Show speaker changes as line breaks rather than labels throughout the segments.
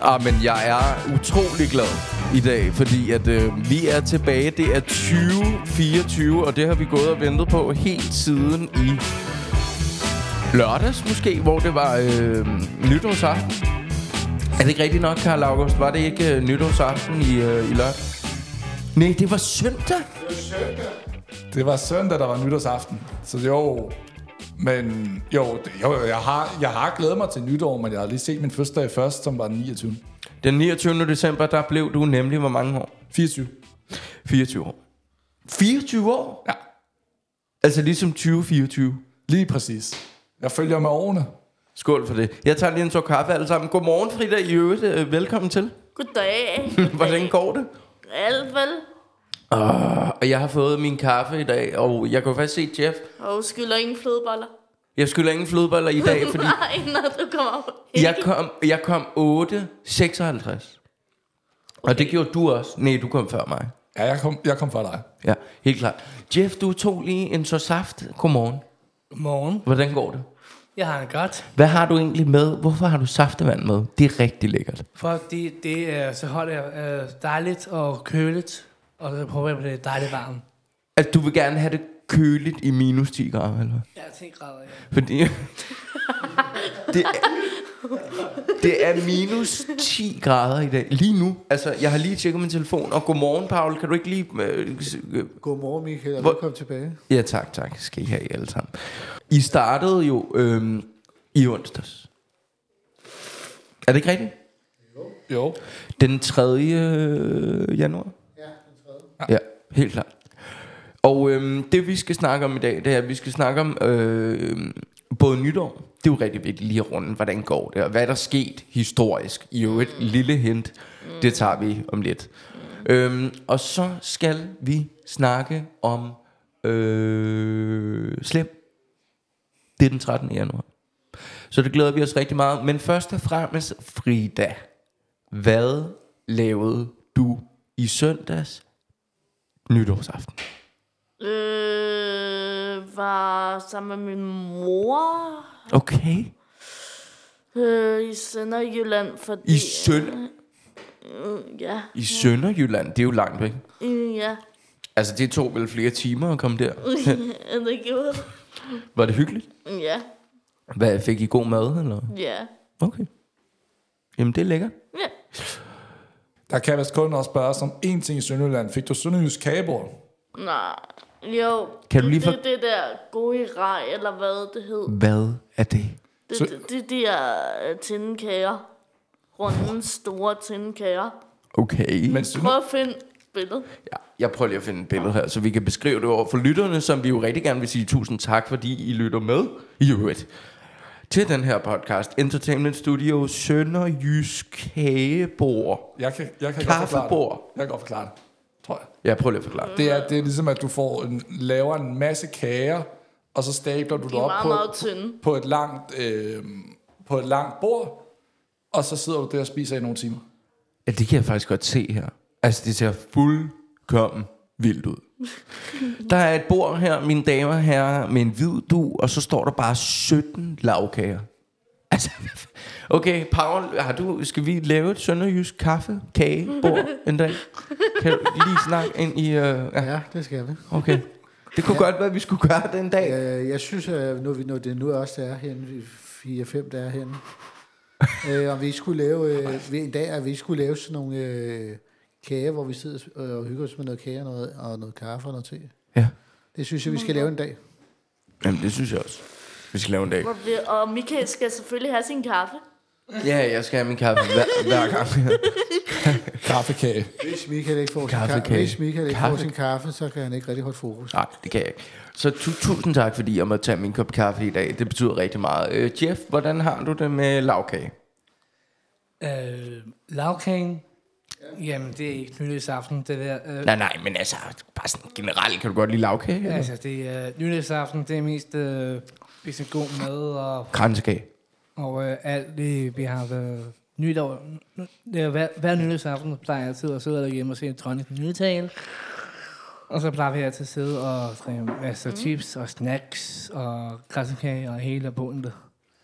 Ah, men jeg er utrolig glad i dag, fordi at øh, vi er tilbage. Det er 2024, og det har vi gået og ventet på helt siden i lørdags måske, hvor det var øh, nytårsaften. Er det ikke rigtigt nok, Karl August? Var det ikke øh, nytårsaften i, øh, i lørdag? Nej, det var søndag.
Det var søndag, der var nytårsaften. Så jo, men jo, det- jo jo, jeg, har, jeg har glædet mig til nytår, men jeg har lige set min første dag først, som var den 29.
Den 29. december, der blev du nemlig hvor mange år?
24.
24 år. 24 år?
Ja,
Altså ligesom 2024.
lige præcis. Jeg følger med årene.
Skål for det. Jeg tager lige en tår kaffe alle sammen. Godmorgen, Frida. I øvrigt, øh, velkommen til.
Goddag.
Hvordan går det? Ah,
Alt vel?
Og jeg har fået min kaffe i dag, og jeg kunne faktisk se Jeff.
Og skylder ingen flødeboller.
Jeg skylder ingen flødeboller i dag, fordi
Nej, når du kommer op.
jeg kom, jeg kom 8.56. Og det gjorde du også. Nej, du kom før mig.
Ja, jeg kom, jeg kom fra dig.
Ja, helt klart. Jeff, du tog lige en så saft. Godmorgen.
Morgen.
Hvordan går det?
Jeg har en godt,
Hvad har du egentlig med? Hvorfor har du saftevand med? Det er rigtig lækkert.
fordi det er så holdt er øh, dejligt og køligt, og så prøver jeg at blive dejligt varm.
Altså, du vil gerne have det køligt i minus 10 grader, eller? hvad?
Jeg er 10 grader, ja.
Fordi... det, er, det er minus 10 grader i dag. Lige nu. Altså, jeg har lige tjekket min telefon. Og godmorgen, Paul. Kan du ikke lige... øh, s- øh,
Godmorgen, Michael, og
Hvor-
velkommen tilbage.
Ja, tak, tak. Skal I have alle sammen. I startede jo øhm, i onsdags. Er det ikke rigtigt?
Jo.
Den 3. øh, januar? Ja, den 3. Ja, helt klart. Og øhm, det vi skal snakke om i dag, det er, at vi skal snakke om øh, både nytår. Det er jo rigtig vigtigt lige at runde, hvordan går det, og hvad er der sket historisk. I jo et lille hint, det tager vi om lidt. Øhm, og så skal vi snakke om øh, slem. Det er den 13. januar. Så det glæder vi os rigtig meget. Men først og fremmest, Frida. Hvad lavede du i søndags nytårsaften?
Øh, var sammen med min mor
Okay.
øh, i Sønderjylland, fordi...
I, søn
øh, ja,
I Sønderjylland, det er jo langt væk.
øh, ja.
Altså, det tog vel flere timer at komme der.
Er det gjorde det?
Var det hyggeligt?
Ja,
Hvad, fik I god mad, eller?
ja,
Okay. Jamen, det er lækkert.
ja.
Der kan vist kun også spørge som én ting i Sønderjylland. Fik du sønderjysk kagebord?
Nej, jo.
Kan du
det,
lige for-
det, det der gode rej, eller hvad det hed.
Hvad er det?
Det,
Så-
det, det, det er øh, tindekager. Runde store tindekager.
Okay.
Men
Men...
Sønder-
Prøv at finde billedet.
Ja, jeg prøver lige at finde et billede her, så vi kan beskrive det over for lytterne, som vi jo rigtig gerne vil sige tusind tak, fordi I lytter med i øvrigt. Til den her podcast, Entertainment Studio Sønderjysk Kagebord.
jeg kan, jeg kan godt forklare det.
Kaffebord.
Jeg kan godt forklare det, tror jeg.
Ja, prøv lige at forklare.
Det er, det er ligesom, at du får en, laver en masse kager, og så stabler du det
er
op
meget,
på,
meget tynde.
på, et langt, øh, på et langt bord, og så sidder du der og spiser i nogle timer.
Ja, det kan jeg faktisk godt se her. Altså, det ser fuldkommen vildt ud. Der er et bord her, mine damer og herrer, med en hvid du, og så står der bare 17 lavkager. Altså, okay, Paul, har du, skal vi lave et sønderjysk kaffe, kagebord en dag? Kan du lige snakke ind i... Øh, ja,
Ja, det skal vi.
okay. Det kunne ja. godt være, at vi skulle gøre den dag. Ja.
Øh, jeg synes, at nu, vi- når det nu også er henne, 4-5 der er henne, øh, om vi ikke skulle lave, øh, ved en dag, at vi ikke skulle lave sådan nogle øh, kager, hvor vi sidder og hygger os med noget kage og noget, og noget kaffe og noget te.
ja.
Det synes jeg, vi skal lave en dag.
Jamen, det synes jeg også. Vi skal lave en dag.
Hvor vi- Og Michael skal selvfølgelig have sin kaffe.
Ja, jeg skal have min kaffe hver, hver gang.
Kaffekage.
Hvis Michael ikke får, sin,
Kaffekage.
kaffe, hvis Michael ikke får
Kaffe.
sin kaffe, så kan han ikke rigtig holde fokus.
Nej, det kan jeg ikke. Så tu- tusind tak, fordi jeg måtte tage min kop kaffe i dag. Det betyder rigtig meget. Øh, Jeff, hvordan har du det med lavkage?
Øh, lavkagen, jamen det er ikke nytårsaften, det der. Øh,
Nej, nej, men altså, bare sådan generelt, kan du godt lide lavkage? Ja.
altså, det er nytårsaften, det er mest øh, spise god mad og,
Kransekage.
og øh, alt det, vi har været nytår. Det er, hver, hver nytårsaften plejer jeg altid at sidde derhjemme og se en dronning nytale. Og så plejer vi altid at sidde og drikke masser af chips og snacks og kransekage og hele bundet.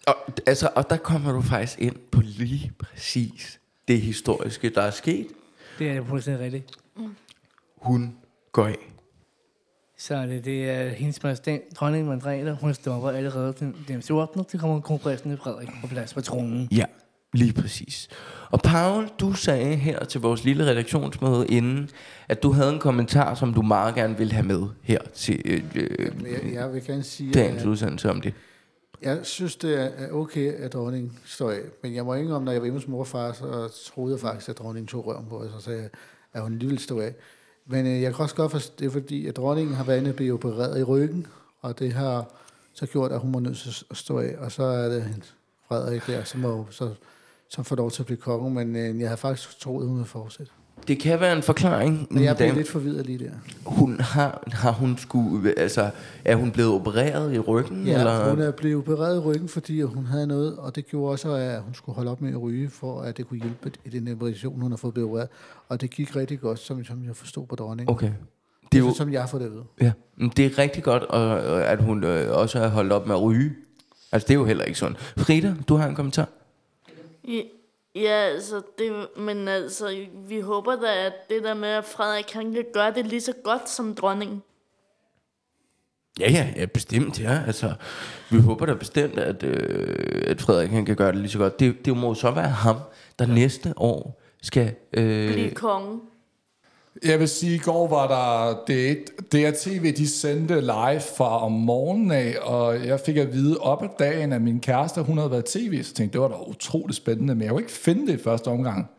Og, altså, og der kommer du faktisk ind på lige præcis det historiske, der er sket.
Det er fuldstændig rigtigt.
Hun går af.
Så det, det er hendes majestæt, dronning Margrethe, hun stopper allerede den, den 14. Så kommer kronprinsen Frederik på plads på tronen.
Ja, lige præcis. Og Paul, du sagde her til vores lille redaktionsmøde inden, at du havde en kommentar, som du meget gerne ville have med her til øh, øh,
Men jeg, jeg vil gerne sige,
dagens
at
udsendelse om det.
jeg synes, det er- er okay, at dronningen står af. Men jeg må ikke om, når jeg var hjemme hos mor og far, så troede jeg faktisk, at dronningen tog røven på os, og så sagde jeg, at hun lige ville stå af. Men øh, jeg kan også godt forstå, det er fordi, at dronningen har været inde og blive opereret i ryggen, og det har så gjort, at hun må nødt til at stå af, og så er det hendes Frederik der, som, må, så, som får lov til at blive konge, men øh, jeg havde faktisk troet, at hun ville fortsætte.
Det kan være en forklaring.
Men jeg blev
mine
lidt forvirret lige der.
Hun har, har hun skulle, altså, er hun blevet opereret i ryggen?
Ja,
eller?
Eller... hun er blevet opereret i ryggen, fordi hun havde noget, og det gjorde også, at hun skulle holde op med at ryge, for at det kunne hjælpe i den operation, hun har fået blevet opereret. Og det gik rigtig godt, som, som jeg forstod på dronningen.
Okay. Det
Det
er
er
jo,
som jeg har fået det at vide.
ja, Men det er rigtig godt, og- og at hun øh, også har holdt op med at ryge. Altså, det er jo heller ikke sådan. Frida, du har en kommentar?
Ja, Ja, altså, det, men altså, vi håber da, at det der med, at Frederik han kan gøre det lige så godt som dronningen.
Ja, ja, ja, bestemt, ja. Altså, vi håber da bestemt, at, øh, at Frederik han kan gøre det lige så godt. Det, det må jo så være ham, der ja. næste år skal... Øh,
Blive konge.
Jeg vil sige, i går var der det, det er tv, de sendte live fra om morgenen af, og jeg fik at vide op ad dagen, at min kæreste, hun havde været i tv, så tænkte jeg, det var da utroligt spændende, men jeg kunne ikke finde det i første omgang.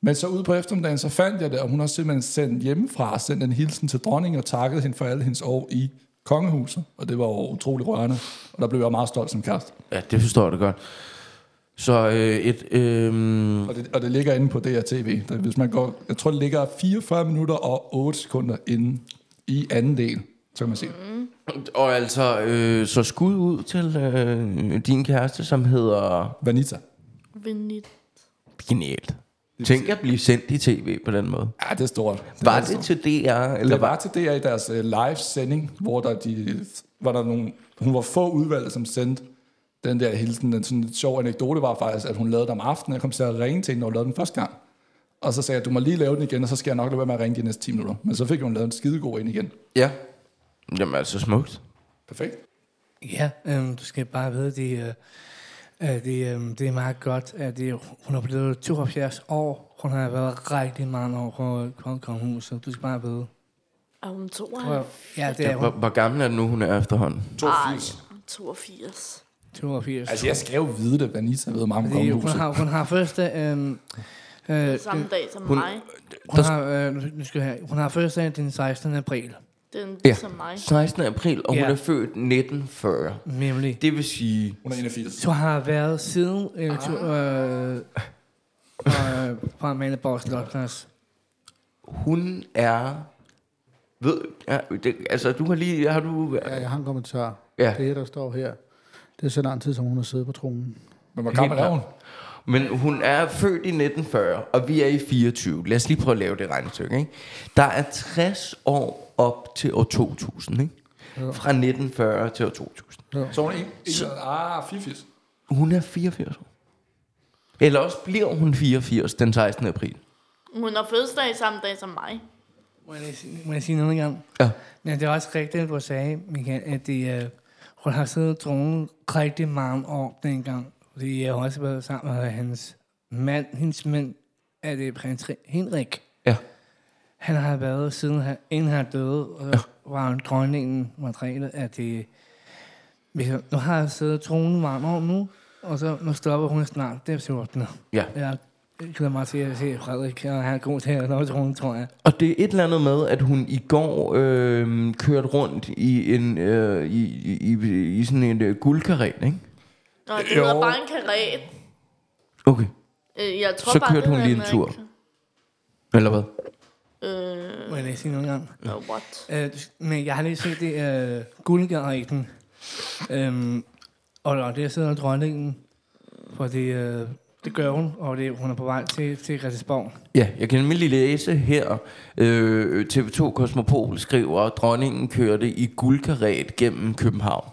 Men så ude på eftermiddagen, så fandt jeg det, og hun har simpelthen sendt hjemmefra, sendt en hilsen til dronningen og takket hende for alle hendes år i kongehuset, og det var jo utrolig rørende, og der blev jeg meget stolt som kæreste.
ja, det forstår jeg da godt. Så øh, et... Øh,
Og det, og det ligger inde på DRTV. Der, hvis man går, jeg tror, det ligger 44 minutter og 8 sekunder inde i anden del, så kan man se det.
Og altså, øh, så skud ud til øh, din kæreste, som hedder...
Vanita.
Venligt.
Genialt. Tænk at blive sendt i tv på den måde.
Ja, det er stort.
Var
er altså-
det
stort.
til DR? Eller
Det
var...
var til DR i deres uh, live-sending, hvor der, de, var der nogle, hun var få udvalgte, som sendte den der hilsen. En sådan lidt sjov anekdote var faktisk, at hun lavede den om aftenen, og jeg kom til at ringe til hende, når hun lavede den første gang. Og så sagde jeg, du må lige lave den igen, og så skal jeg nok lade være med at ringe de næste 10 minutter. Men så fik hun lavet en skidegod ind igen.
Ja. Jamen altså, smukt.
Perfekt.
Ja, øhm, du skal bare vide, det, øh, øh, det, øhm, det er meget godt, at det, hun er blevet 72 år. Hun har været rigtig mange år på kong- kongehuset. Du skal bare vide.
Er hun 92?
Prøv- Ja, det
Ja,
er
hvor,
hun.
hvor gammel er det nu, hun er efterhånden?
82.
82.
82.
Altså, jeg skal jo vide det, Vanita ved meget om
Fordi hun
kongehuset.
har, hun har første... Øhm, øh,
Samme dag som
Hun-
mig.
hun, har, øh, nu skal jeg, have- hun har første dag den 16. april.
Den
Ja.
ja. som mig.
16. april, og ja. hun
Ja.
er født 1940.
Nemlig.
Det vil sige...
Hun er 81.
Så har været siden øh, to, øh, øh, fra Mandeborg Slotplads.
Hun er... Ved, ja, det, altså, du har lige... Har du,
Ja, jeg har en kommentar.
Ja.
Det her, der står her, det er så lang tid, som hun har siddet på tronen.
Men hvor gammel er hun?
Men hun er født i 1940, og vi er i 24. Lad os lige prøve at lave det regnestykke. Ikke? Der er 60 år op til år 2000. Ikke? Fra 1940 til år 2000.
Så hun er en, en, ah, 84.
Hun er 84 år. Eller også bliver hun 84 den 16. april.
Hun har fødselsdag samme dag som mig.
Må jeg, lige sige- må jeg sige noget engang?
Ja.
Men det er også rigtigt, du sagde, Michael, at det, øh, hun har siddet dronen rigtig mange år dengang. Fordi jeg har også været sammen med hans mand, hendes mand, er det prins Henrik.
Ja.
Han har været siden han, inden han døde, og ja. var han dronningen Margrethe, at det... Hvis jeg, nu har jeg siddet tronen mange år nu, og så nu stopper hun snart, det er 14.
ja.
Jeg glæder mig til at se Frederik, og han er god til at nå tronen, tror jeg.
Og det er et eller andet med, at hun i går øh, kørte rundt i, en, øh, i, i, i, i sådan en øh, guldkaret, ikke?
Nå, det
Jo.
hedder bare en karet.
Okay.
Øh, Jeg tror
Så
bare,
kørte
det
hun lige en
hedder
tur. Eller hvad?
Øh,
Må jeg lige sige noget engang?
no, what?
Øh, men jeg har lige set det øh, guldgareten. Øhm, og, og der sidder dronningen, for det, øh, det gør hun, og det, hun er på vej til, til Christiansborg.
Ja, jeg kan nemlig læse her. Øh, TV2 Kosmopol skriver, at dronningen kørte i guldkaret gennem København.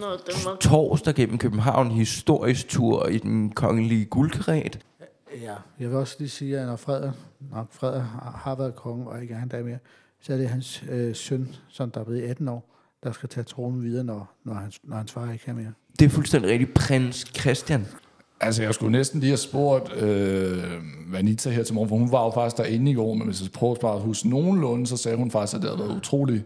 Nå, det var...
Torsdag gennem København, historisk tur i den kongelige guldkaret.
Ja, jeg vil også lige sige, at når Frederik, når Frederik har har været konge, og ikke er han der mere, så er det hans øh, søn, som der er blevet 18 år, der skal tage tronen videre, når, når, hans, når hans far ikke er mere.
Det er fuldstændig rigtigt. Prins Christian.
Altså, jeg skulle næsten lige have spurgt øh, Vanita her til morgen, for hun var jo faktisk derinde i går, men hvis jeg prøver bare at huske nogenlunde, så sagde hun faktisk, at det havde været utrolig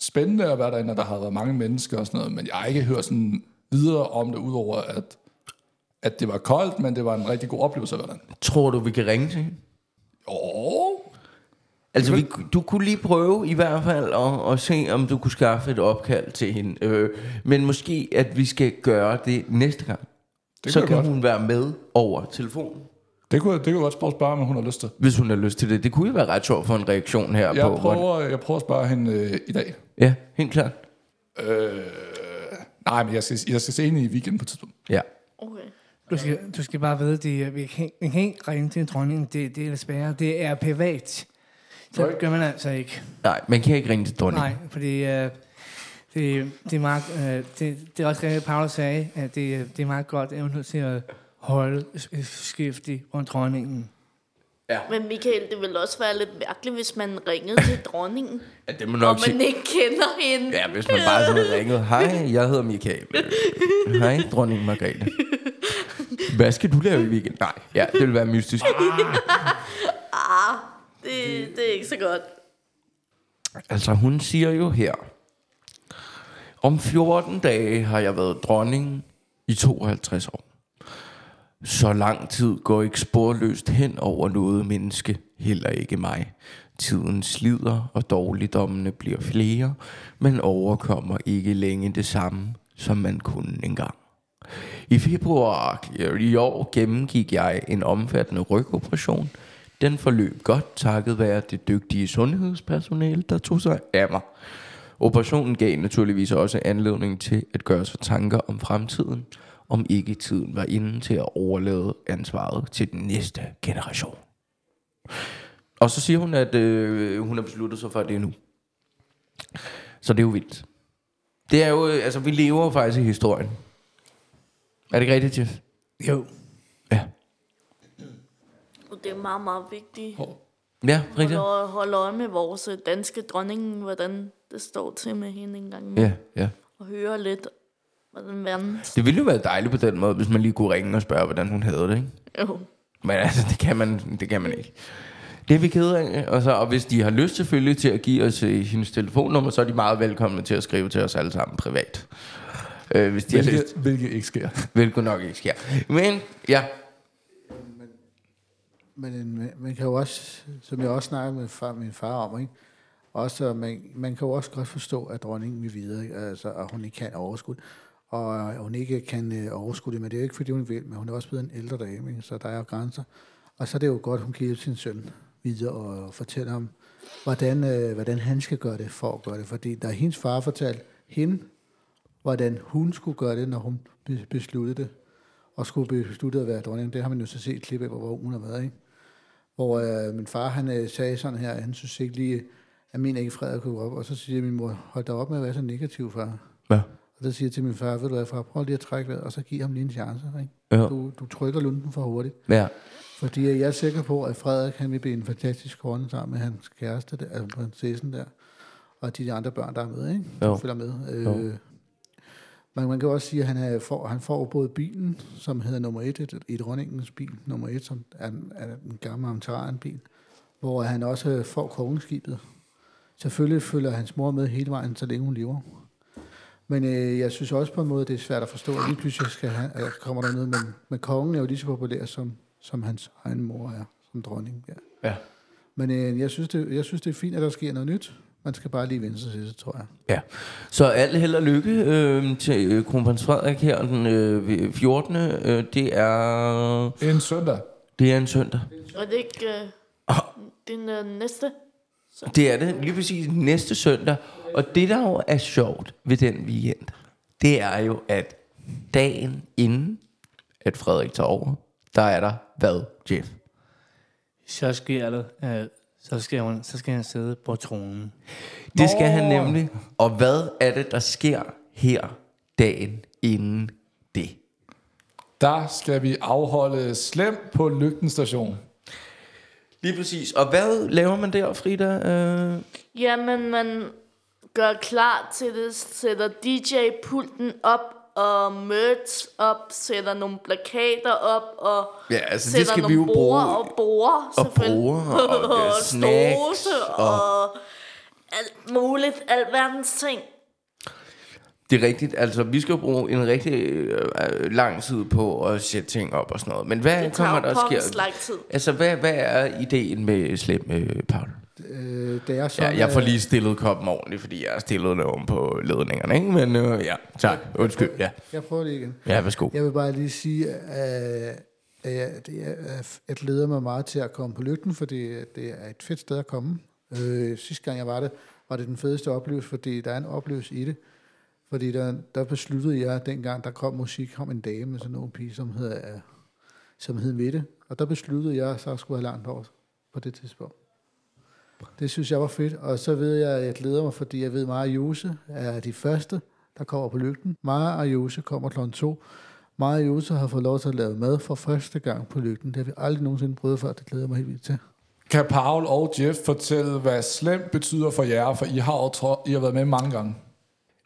spændende at være derinde, og der havde været mange mennesker og sådan noget, men jeg har ikke hørt sådan videre om det, udover at, at det var koldt, men det var en rigtig god oplevelse at være derinde.
Tror du, vi kan ringe til hende?
Jo,
Altså, vi, du kunne lige prøve i hvert fald at, at se, om du kunne skaffe et opkald til hende. Øh, men måske, at vi skal gøre det næste gang.
det
så
kunne,
kan
jeg godt.
hun være med over telefonen.
Det, kunne, jeg- det kunne jeg godt spørge, spørge, om hun har lyst til.
Hvis hun har lyst til det. Det kunne jo være ret sjovt for en reaktion her på.
Jeg
hvordan-
prøver, jeg prøver at spørge hende øh, i dag.
Ja, helt klart.
Øh, nej, men jeg skal, jeg skal se hende i weekenden på et tidspunkt.
Ja.
Okay.
Du skal, du skal bare vide, at det, vi kan, ikke- vi kan ikke ringe til en dronning. Det, det er desværre. Det er privat. Så
Nej.
gør man altså ikke.
Nej, man kan ikke ringe til dronningen.
Nej, fordi øh, det, det, er meget, øh, det, det er også rigtigt, Paulus sagde, at det, det er meget godt evne til at holde skiftig rundt dronningen.
Men Michael, det ville også være lidt mærkeligt, hvis man ringede til dronningen,
Ja, det må
og
nok
man
sige.
ikke kender hende.
Ja, hvis man bare sådan havde ringet. Hej, jeg hedder Michael. Øh, Hej, dronning Margrethe. Hvad skal du lave i weekenden? Nej, ja, det ville være mystisk.
Det, det er ikke så godt.
Altså, hun siger jo her, om 14 dage har jeg været dronning i 52 år. Så lang tid går ikke sporløst hen over noget menneske, heller ikke mig. Tiden slider, og dårligdommene bliver flere, men overkommer ikke længe det samme, som man kunne engang. I februar i år gennemgik jeg en omfattende rygoperation. Den forløb godt takket være det dygtige sundhedspersonale, der tog sig af mig. Operationen gav naturligvis også anledning til at gøre sig tanker om fremtiden, om ikke tiden var inde til at overlade ansvaret til den næste generation. Og så siger hun, at øh, hun har besluttet sig for, at det er nu. Så det er jo vildt. Det er jo, øh, altså vi lever jo faktisk i historien. Er det ikke rigtigt, Jeff?
Jo.
Ja.
Og det er meget, meget vigtigt.
Ja, rigtigt.
Holde, holde øje med vores øh, danske dronning, hvordan det står til med hende en gang.
Ja, ja.
Og høre lidt, hvordan verden...
Det ville jo være dejligt på den måde, hvis man lige kunne ringe og spørge, hvordan hun havde det, ikke?
Jo.
Men altså, det kan man, det kan man ikke. Det er vi kede af. Og, så, og hvis de har lyst selvfølgelig til at give os øh, hendes telefonnummer, så er de meget velkomne til at skrive til os alle sammen privat. Øh, hvis de har lyst.
Hvilket, hvilket ikke sker.
Hvilket nok ikke sker. Men ja,
Men man, man kan jo også, som jeg også snakkede med far, min far om, ikke? Også, at man, man kan jo også godt forstå, at dronningen vil videre, ikke? altså, at hun ikke kan overskud. Og hun ikke kan øh, overskue det, men det er jo ikke, fordi hun vil, men hun er også blevet en ældre dame, ikke? så der er jo grænser. Og så er det jo godt, hun kan hjælpe sin søn videre og fortælle ham, hvordan, øh, hvordan han skal gøre det for at gøre det. Fordi da hendes far fortalte hende, hvordan hun skulle gøre det, når hun be- besluttede det, og skulle beslutte at være dronning, det har man jo så set et klip af, hvor hun har været, ikke? hvor øh, min far han øh, sagde sådan her, at han synes ikke lige, at min ikke Frederik kunne gå op. Og så siger min mor, hold da op med at være så negativ, far.
Ja.
Og så siger jeg til min far, ved du hvad, far, prøv lige at trække vejret, og så giv ham lige en chance. Ikke?
Ja.
Du, du trykker lunden for hurtigt.
ja.
Fordi jeg er sikker på, at Frederik han vil blive en fantastisk konge sammen med hans kæreste, der, altså prinsessen der, og de andre børn, der er med, ikke?
Jo.
som følger med. Øh, man, man kan også sige, at han, er, får, han får både bilen, som hedder nummer et, et, i dronningens bil, nummer et, som er, den- er den gamle Amtaran-bil, hvor han også øh, får kongeskibet. Selvfølgelig følger hans mor med hele vejen, så længe hun lever. Men øh, jeg synes også på en måde, det er svært at forstå, at lige pludselig skal han, øh, kommer der noget. Men, men kongen er jo lige så populær, som, som hans egen mor er, som dronning. Ja.
Ja.
Men øh, jeg, synes, det, jeg synes, det er fint, at der sker noget nyt. Man skal bare lige vende sig til det, tror jeg.
Ja, så alt held og lykke øh, til øh, kronprins Frederik her den øh, 14. Øh, det, er,
En søndag.
det er en søndag.
Og det er ikke... Øh, den øh, næste...
Det er det, lige præcis næste søndag. Og det, der jo er sjovt ved den weekend, det er jo, at dagen inden, at Frederik tager over, der er der, hvad, Jeff?
Så sker det. Øh, så, skal hun, så skal han sidde på tronen.
Det skal han
Nå.
nemlig. Og hvad er det, der sker her dagen inden det?
der skal vi afholde slem på Lygten station.
Lige præcis. Og hvad laver man der, Frida? Øh,
Jamen, man gør klar til det, sætter DJ-pulten op og merch op, sætter nogle plakater op og
ja, altså det
sætter
skal vi
nogle
jo bruge.
borer og borer,
og
selvfølgelig.
borer og, ja, snacks
snose
og-
og... alt muligt, alverdens ting.
Det er rigtigt. Altså, vi skal jo bruge en rigtig øh, øh, lang tid på at sætte ting op og sådan noget. Men hvad
Det
kommer der
tager jo
sker?
pokkers lang tid.
Altså, hvad, hvad er ideen med slem, øh, Paul?
Øh, det er sådan,
Ja, jeg får
at-
lige stillet koppen ordentligt, fordi jeg har stillet noget oven på ledningerne, ikke? Men øh, ja, tak. Undskyld, ja.
Jeg prøver det igen.
Ja, værsgo.
Jeg vil bare lige sige, at, at, jeg, det er- jeg glæder mig meget til at komme på lygten, fordi det er et fedt sted at komme. Øh, sidste gang jeg var det, var det den fedeste oplevelse, fordi der er en oplevelse i det. Fordi der, der besluttede jeg, dengang der kom musik, kom en dame med sådan en ung pige, som hed, øh, som hed Mette. Og der besluttede jeg, at så skulle jeg have langt over på det tidspunkt. Det synes jeg var fedt, og så ved jeg, at jeg glæder mig, fordi jeg ved, at Maja og Jose er de første, der kommer på lygten. Maja og Jose kommer kl. 2. Maja og Jose har fået lov til at lave mad for første gang på lygten. Det har vi aldrig nogensinde prøvet før, det glæder jeg mig helt vildt til.
Kan Paul og Jeff fortælle, hvad slem betyder for jer? For I har jo tro- I har været med mange gange.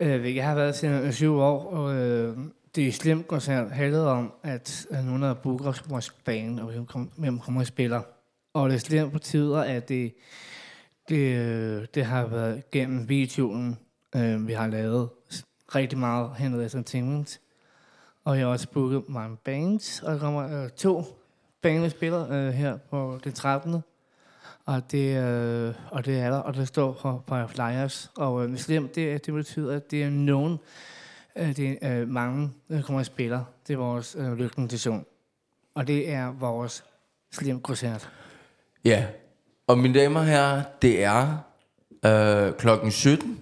Øh, hvilket jeg har været siden 7 år, og øh, det er slemt koncert handlede om, at øh, nogle af bookere kommer i banen, og hvem kom- hvem kommer og spiller. Og det slemt betyder, at det, det, øh, det har været gennem videoen, øh, vi har lavet s- rigtig meget henad entertainment. Og jeg har også booket mange bands, og der kommer øh, to baner, vi spiller øh, her på den 13. Og det, øh, og det er der, og der står på, på flyers. Og øh, muslim, det, er- det betyder, at det er nogen, øh, det er øh, mange, der kommer og spiller. Det er vores øh, lykkenintention. Og det er vores slim koncert.
Ja. Og mine damer og herrer, det er øh, klokken 17.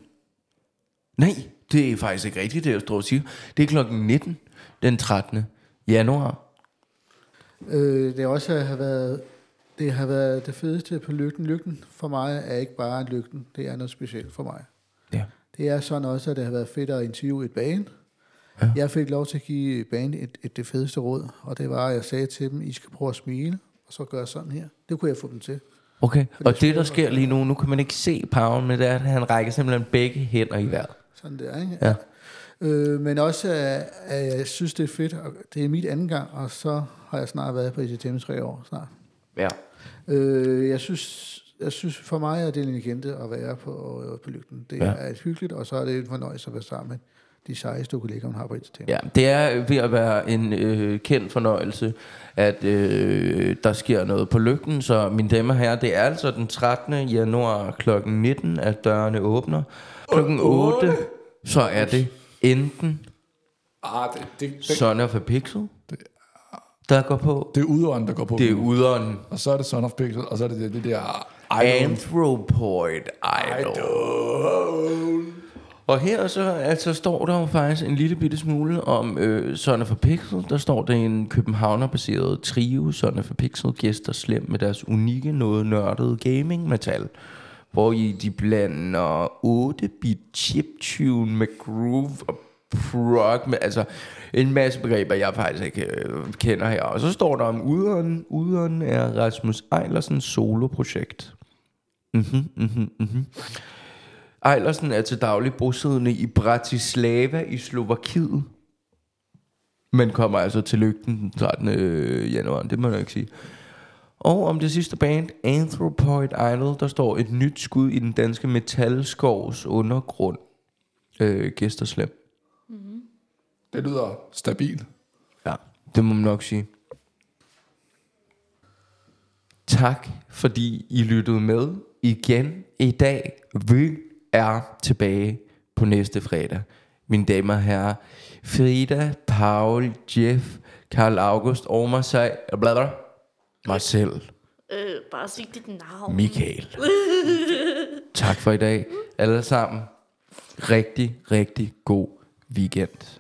Nej, det er faktisk ikke rigtigt, det jeg står og siger. Det er klokken 19, den 13. januar.
Øh, det er også har været det har været det fedeste på lygten. Lygten for mig er ikke bare en lygten, det er noget specielt for mig.
Ja.
Det er sådan også, at det har været fedt at interviewe et band. Ja. Jeg fik lov til at give band et, et, det fedeste råd, og det var, at jeg sagde til dem, I skal prøve at smile, og så gøre sådan her. Det kunne jeg få dem til.
Okay, og det der sker lige nu, nu kan man ikke se Paul, men det er, at han rækker simpelthen begge hænder i vejret.
Sådan der, ikke?
Ja.
Øh, men også, at, at jeg synes, det er fedt. Og det er mit anden gang, og så har jeg snart været på ICTM i tre år snart.
Ja.
Øh, jeg synes... Jeg synes, for mig er det en legende at være på, øh, på lygten. Det
Ja.
ja. er hyggeligt, og så er det en fornøjelse at være sammen med de sejeste kollegaer, hun har på ICTM.
Ja, det er ved at være en øh, kendt fornøjelse, at øh, der sker noget på lygten. Så mine damer og herrer, det er altså den 13. januar kl. 19, at dørene åbner. Klokken 8, så er det enten
Ah, det, det, det,
Son of a Pixel, der går på.
det er udånden, der går på.
Det er udånden
Og så er det Son of Pixel, og så er det det, det der... Idol.
Anthropoid Idol. Og her så altså, står der jo faktisk en lille bitte smule om øh, Son of a Pixel. Der står det en københavnerbaseret trio, Son of a Pixel gæster slem med deres unikke, noget nørdede gaming-metal. Hvor i de blander 8-bit chiptune med groove og prog med, altså en masse begreber, jeg faktisk ikke øh, kender her. Og så står der om uderen. Uderen er Rasmus Eilersens soloprojekt. Ejlersen er til daglig bosiddende i Bratislava i Slovakiet. Men kommer altså til lygten den 13. januar, det må jeg ikke sige. Og om det sidste band, Anthropoid Idol, der står et nyt skud i den danske metalskovs undergrund. Øh, gæster slem.
Det lyder stabilt.
Ja, det må man nok sige. Tak, fordi I lyttede med igen i dag. Vi er tilbage på næste fredag. Mine damer og herrer, Frida, Paul, Jeff, Karl August og mig selv, bladder, mig selv,
Øh, bare sig dit navn.
Michael. tak for i dag, alle sammen. Rigtig, rigtig god weekend.